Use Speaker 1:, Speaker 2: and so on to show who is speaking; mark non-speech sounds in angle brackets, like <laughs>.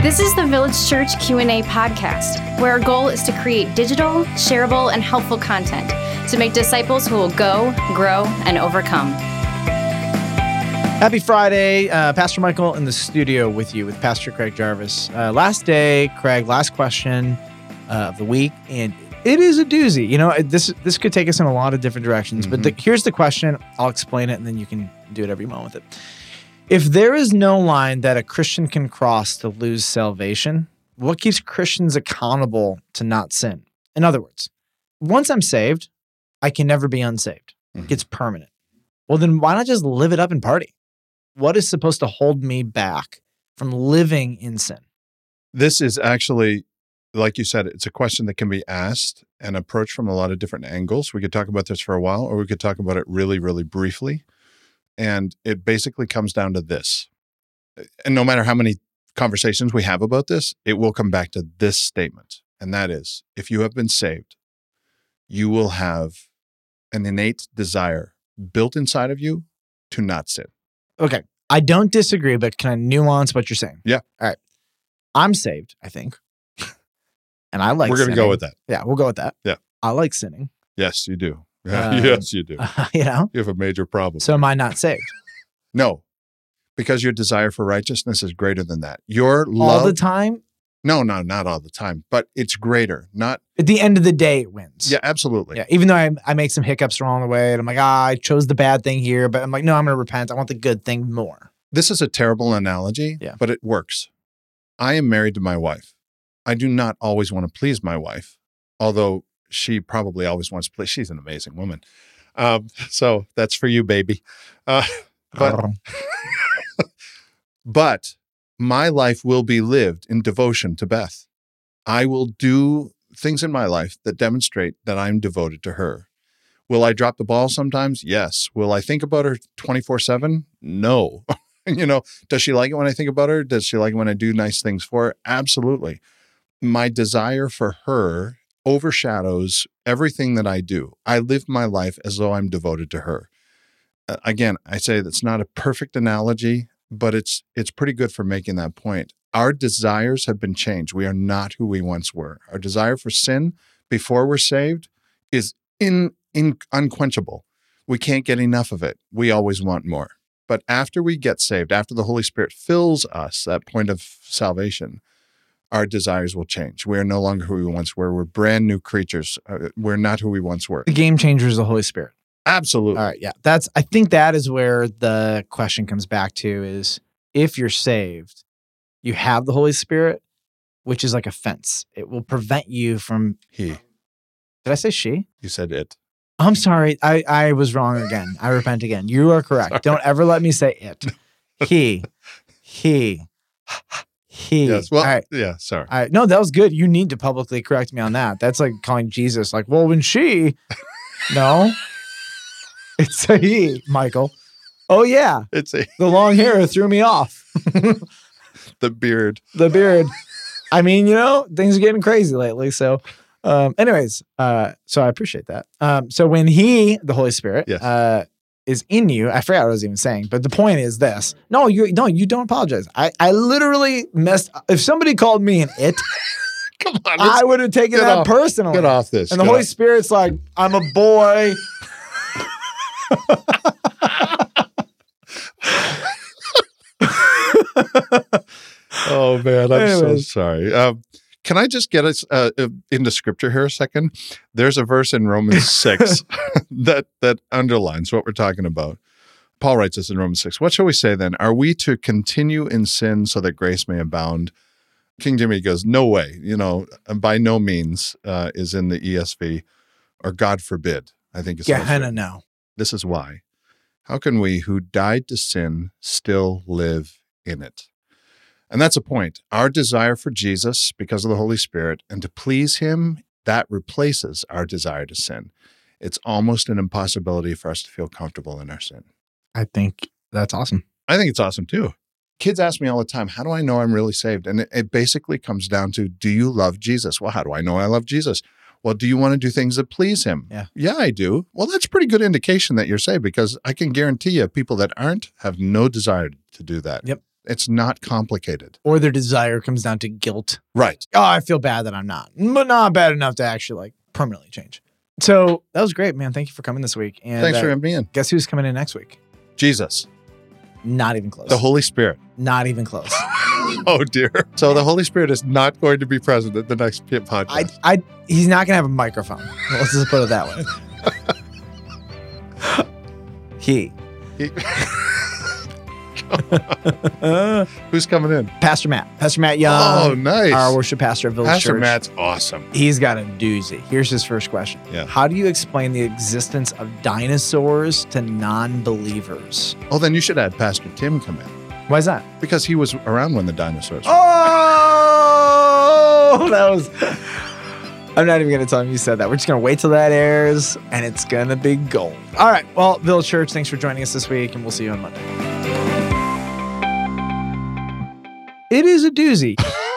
Speaker 1: This is the Village Church Q&A podcast, where our goal is to create digital, shareable, and helpful content to make disciples who will go, grow, and overcome.
Speaker 2: Happy Friday, uh, Pastor Michael in the studio with you with Pastor Craig Jarvis. Uh, last day, Craig. Last question uh, of the week, and it is a doozy. You know, this this could take us in a lot of different directions, but the, here's the question. I'll explain it, and then you can do whatever you want with it. If there is no line that a Christian can cross to lose salvation, what keeps Christians accountable to not sin? In other words, once I'm saved, I can never be unsaved.
Speaker 3: Mhm.
Speaker 2: It's permanent. Well, then why not just live it up and party? What is supposed to hold me back from living in sin?
Speaker 3: This is actually, like you said, it's a question that can be asked and approached from a lot of different angles. We could talk about this for a while, or we could talk about it really, really briefly. And it basically comes down to this. eh, And no matter how many conversations we have about this, it will come back to this statement. And that is if you have been saved, you will have an innate desire built inside of you to not sin.
Speaker 2: Okay. I don't disagree, but can I nuance what you're saying?
Speaker 3: Yeah.
Speaker 2: All right. I'm saved, I think. <laughs> and I like
Speaker 3: We're going to
Speaker 2: sinning.
Speaker 3: go with that.
Speaker 2: Yeah, we'll go with that.
Speaker 3: Yeah.
Speaker 2: I like sinning. <laughs>
Speaker 3: Yes, you do. <laughs>
Speaker 2: Uh,
Speaker 3: yes, you do.
Speaker 2: you know?
Speaker 3: You have a major problem.
Speaker 2: So am I not saved?
Speaker 3: No, because your desire for righteousness is greater than that. Your
Speaker 2: All
Speaker 3: love.
Speaker 2: the time?
Speaker 3: No, no, not all the time, but it's greater. Not.
Speaker 2: At the end of the day, it wins.
Speaker 3: Yeah, absolutely.
Speaker 2: Yeah. Even though I, I make some hiccups along the way and I'm like, ah, I chose the bad thing here, but I'm like, no, I'm going to repent. I want the good thing more.
Speaker 3: This is a terrible analogy,
Speaker 2: Yeah.
Speaker 3: but it works. I am married to my wife. I do not always want to please my wife, although she probably always wants to please. She's an amazing woman. Um, so that's for you, baby. Uh, but but my life will be lived in devotion to Beth. I will do things in my life that demonstrate that I'm devoted to her. Will I drop the ball sometimes? Yes. Will I think about her 24 7? No. <laughs> you know, does she like it when I think about her? Does she like it when I do nice things for her? Absolutely. My desire for her overshadows everything that I do. I live my life as though I'm devoted to her. Uh, Again, I say that's not a perfect analogy, but it's it's pretty good for making that point. Our desires have been changed. We are not who we once were. Our desire for sin before we're saved is in, in unquenchable. We can't get enough of it. We always want more. But after we get saved, after the Holy Spirit fills us, that point of salvation, our desires will change. We are no longer who we once were. We're brand new creatures. Uh, We're not who we once were.
Speaker 2: <laughs> The game changer is the Holy Spirit.
Speaker 3: Absolutely.
Speaker 2: All right, yeah. That's I think that is where the question comes back to is if you're saved, you have the Holy Spirit, which is like a fence. It will prevent you from
Speaker 3: He,
Speaker 2: Did I say she?
Speaker 3: you said it.
Speaker 2: I'm sorry. I I was wrong again. I repent again. You
Speaker 3: <laughs>
Speaker 2: are correct.
Speaker 3: Sorry.
Speaker 2: Don't ever let me say
Speaker 3: <laughs>
Speaker 2: it. He. He. He.
Speaker 3: Yes. Well,
Speaker 2: All right.
Speaker 3: yeah, sorry.
Speaker 2: All right. No, that was good. You need to publicly correct me on that. That's like calling Jesus like, well, when she, no, it's <laughs> a he, Michael. Oh yeah,
Speaker 3: It's a, <laughs>
Speaker 2: the long hair threw me off.
Speaker 3: the beard.
Speaker 2: the beard. I mean, you know, things are getting crazy lately. So, um, anyways, uh, so I appreciate that. Um, so when he, the Holy Spirit,
Speaker 3: Yes.
Speaker 2: uh, is in you, I forgot what I was even saying, but the point is this: no, you, no, you don't apologize. I, I literally messed. If somebody called me an it,
Speaker 3: <laughs> Come on.
Speaker 2: I would have taken
Speaker 3: get
Speaker 2: that
Speaker 3: off-
Speaker 2: personally.
Speaker 3: get off this.
Speaker 2: Oh, And the
Speaker 3: Get
Speaker 2: Holy
Speaker 3: off-
Speaker 2: Spirit's like, I'm a boy.
Speaker 3: Oh man, I'm so
Speaker 2: Anyways.
Speaker 3: sorry. Um, can I just get us uh, uh, into scripture here a second? There's a verse
Speaker 2: <laughs>
Speaker 3: in Romans six that that underlines what we're talking about. Paul writes this in Romans six. What shall we say then? Are we to continue in sin so that grace may abound? King Jimmy goes, no way. You know, by no means uh, is in the ESV, or God forbid. I think it's
Speaker 2: Gehenna, no.
Speaker 3: this is why. How can we who died to sin still live in it? And that's a point. Our desire for Jesus because of the Holy Spirit and to please him, that replaces our desire to sin. It's almost an impossibility for us to feel comfortable in our sin.
Speaker 2: I think that's awesome.
Speaker 3: I think it's awesome too. Kids ask me all the time, how do I know I'm really saved? And it, it basically comes down to, do you love Jesus? Well, how do I know I love Jesus? Well, do you want to do things that please him?
Speaker 2: Yeah.
Speaker 3: Yeah, I do. Well, that's a pretty good indication that you're saved because I can guarantee you people that aren't have no desire to do that.
Speaker 2: Yep.
Speaker 3: It's not complicated.
Speaker 2: or their desire comes down to guilt.
Speaker 3: Right.
Speaker 2: Oh, I feel bad that I'm not, but not bad enough to actually like permanently change. So that was great, man. Thank you for coming this week. And
Speaker 3: Thanks
Speaker 2: uh,
Speaker 3: for having me in.
Speaker 2: guess who's coming in next week?
Speaker 3: Jesus,
Speaker 2: Not even close.
Speaker 3: the Holy Spirit.
Speaker 2: not even close.
Speaker 3: <laughs> oh dear. So the Holy Spirit is not going to be present at the next pit podcast.
Speaker 2: I, I, he's not gonna have a microphone. Let's just put it that way.
Speaker 3: <laughs>
Speaker 2: he,
Speaker 3: <laughs> Who's coming in?
Speaker 2: <laughs> Pastor Matt, Pastor Matt
Speaker 3: oh,
Speaker 2: Young,
Speaker 3: nice.
Speaker 2: Um, our worship pastor at Village
Speaker 3: Pastor
Speaker 2: Church.
Speaker 3: Matt's awesome.
Speaker 2: He's got a doozy. Here's his first question.
Speaker 3: Yeah.
Speaker 2: How do you explain the existence of dinosaurs to non-believers?
Speaker 3: Oh, then you should add Pastor Tim come in
Speaker 2: Why is that?
Speaker 3: because he was around when the dinosaurs. were.
Speaker 2: Oh, <laughs> that was. I'm not even going to tell him you said that. We're just going to wait till that airs, and it's going to be gold. All right. Well, Bill Church, thanks for joining us this week, and we'll see you on Monday. It is a doozy.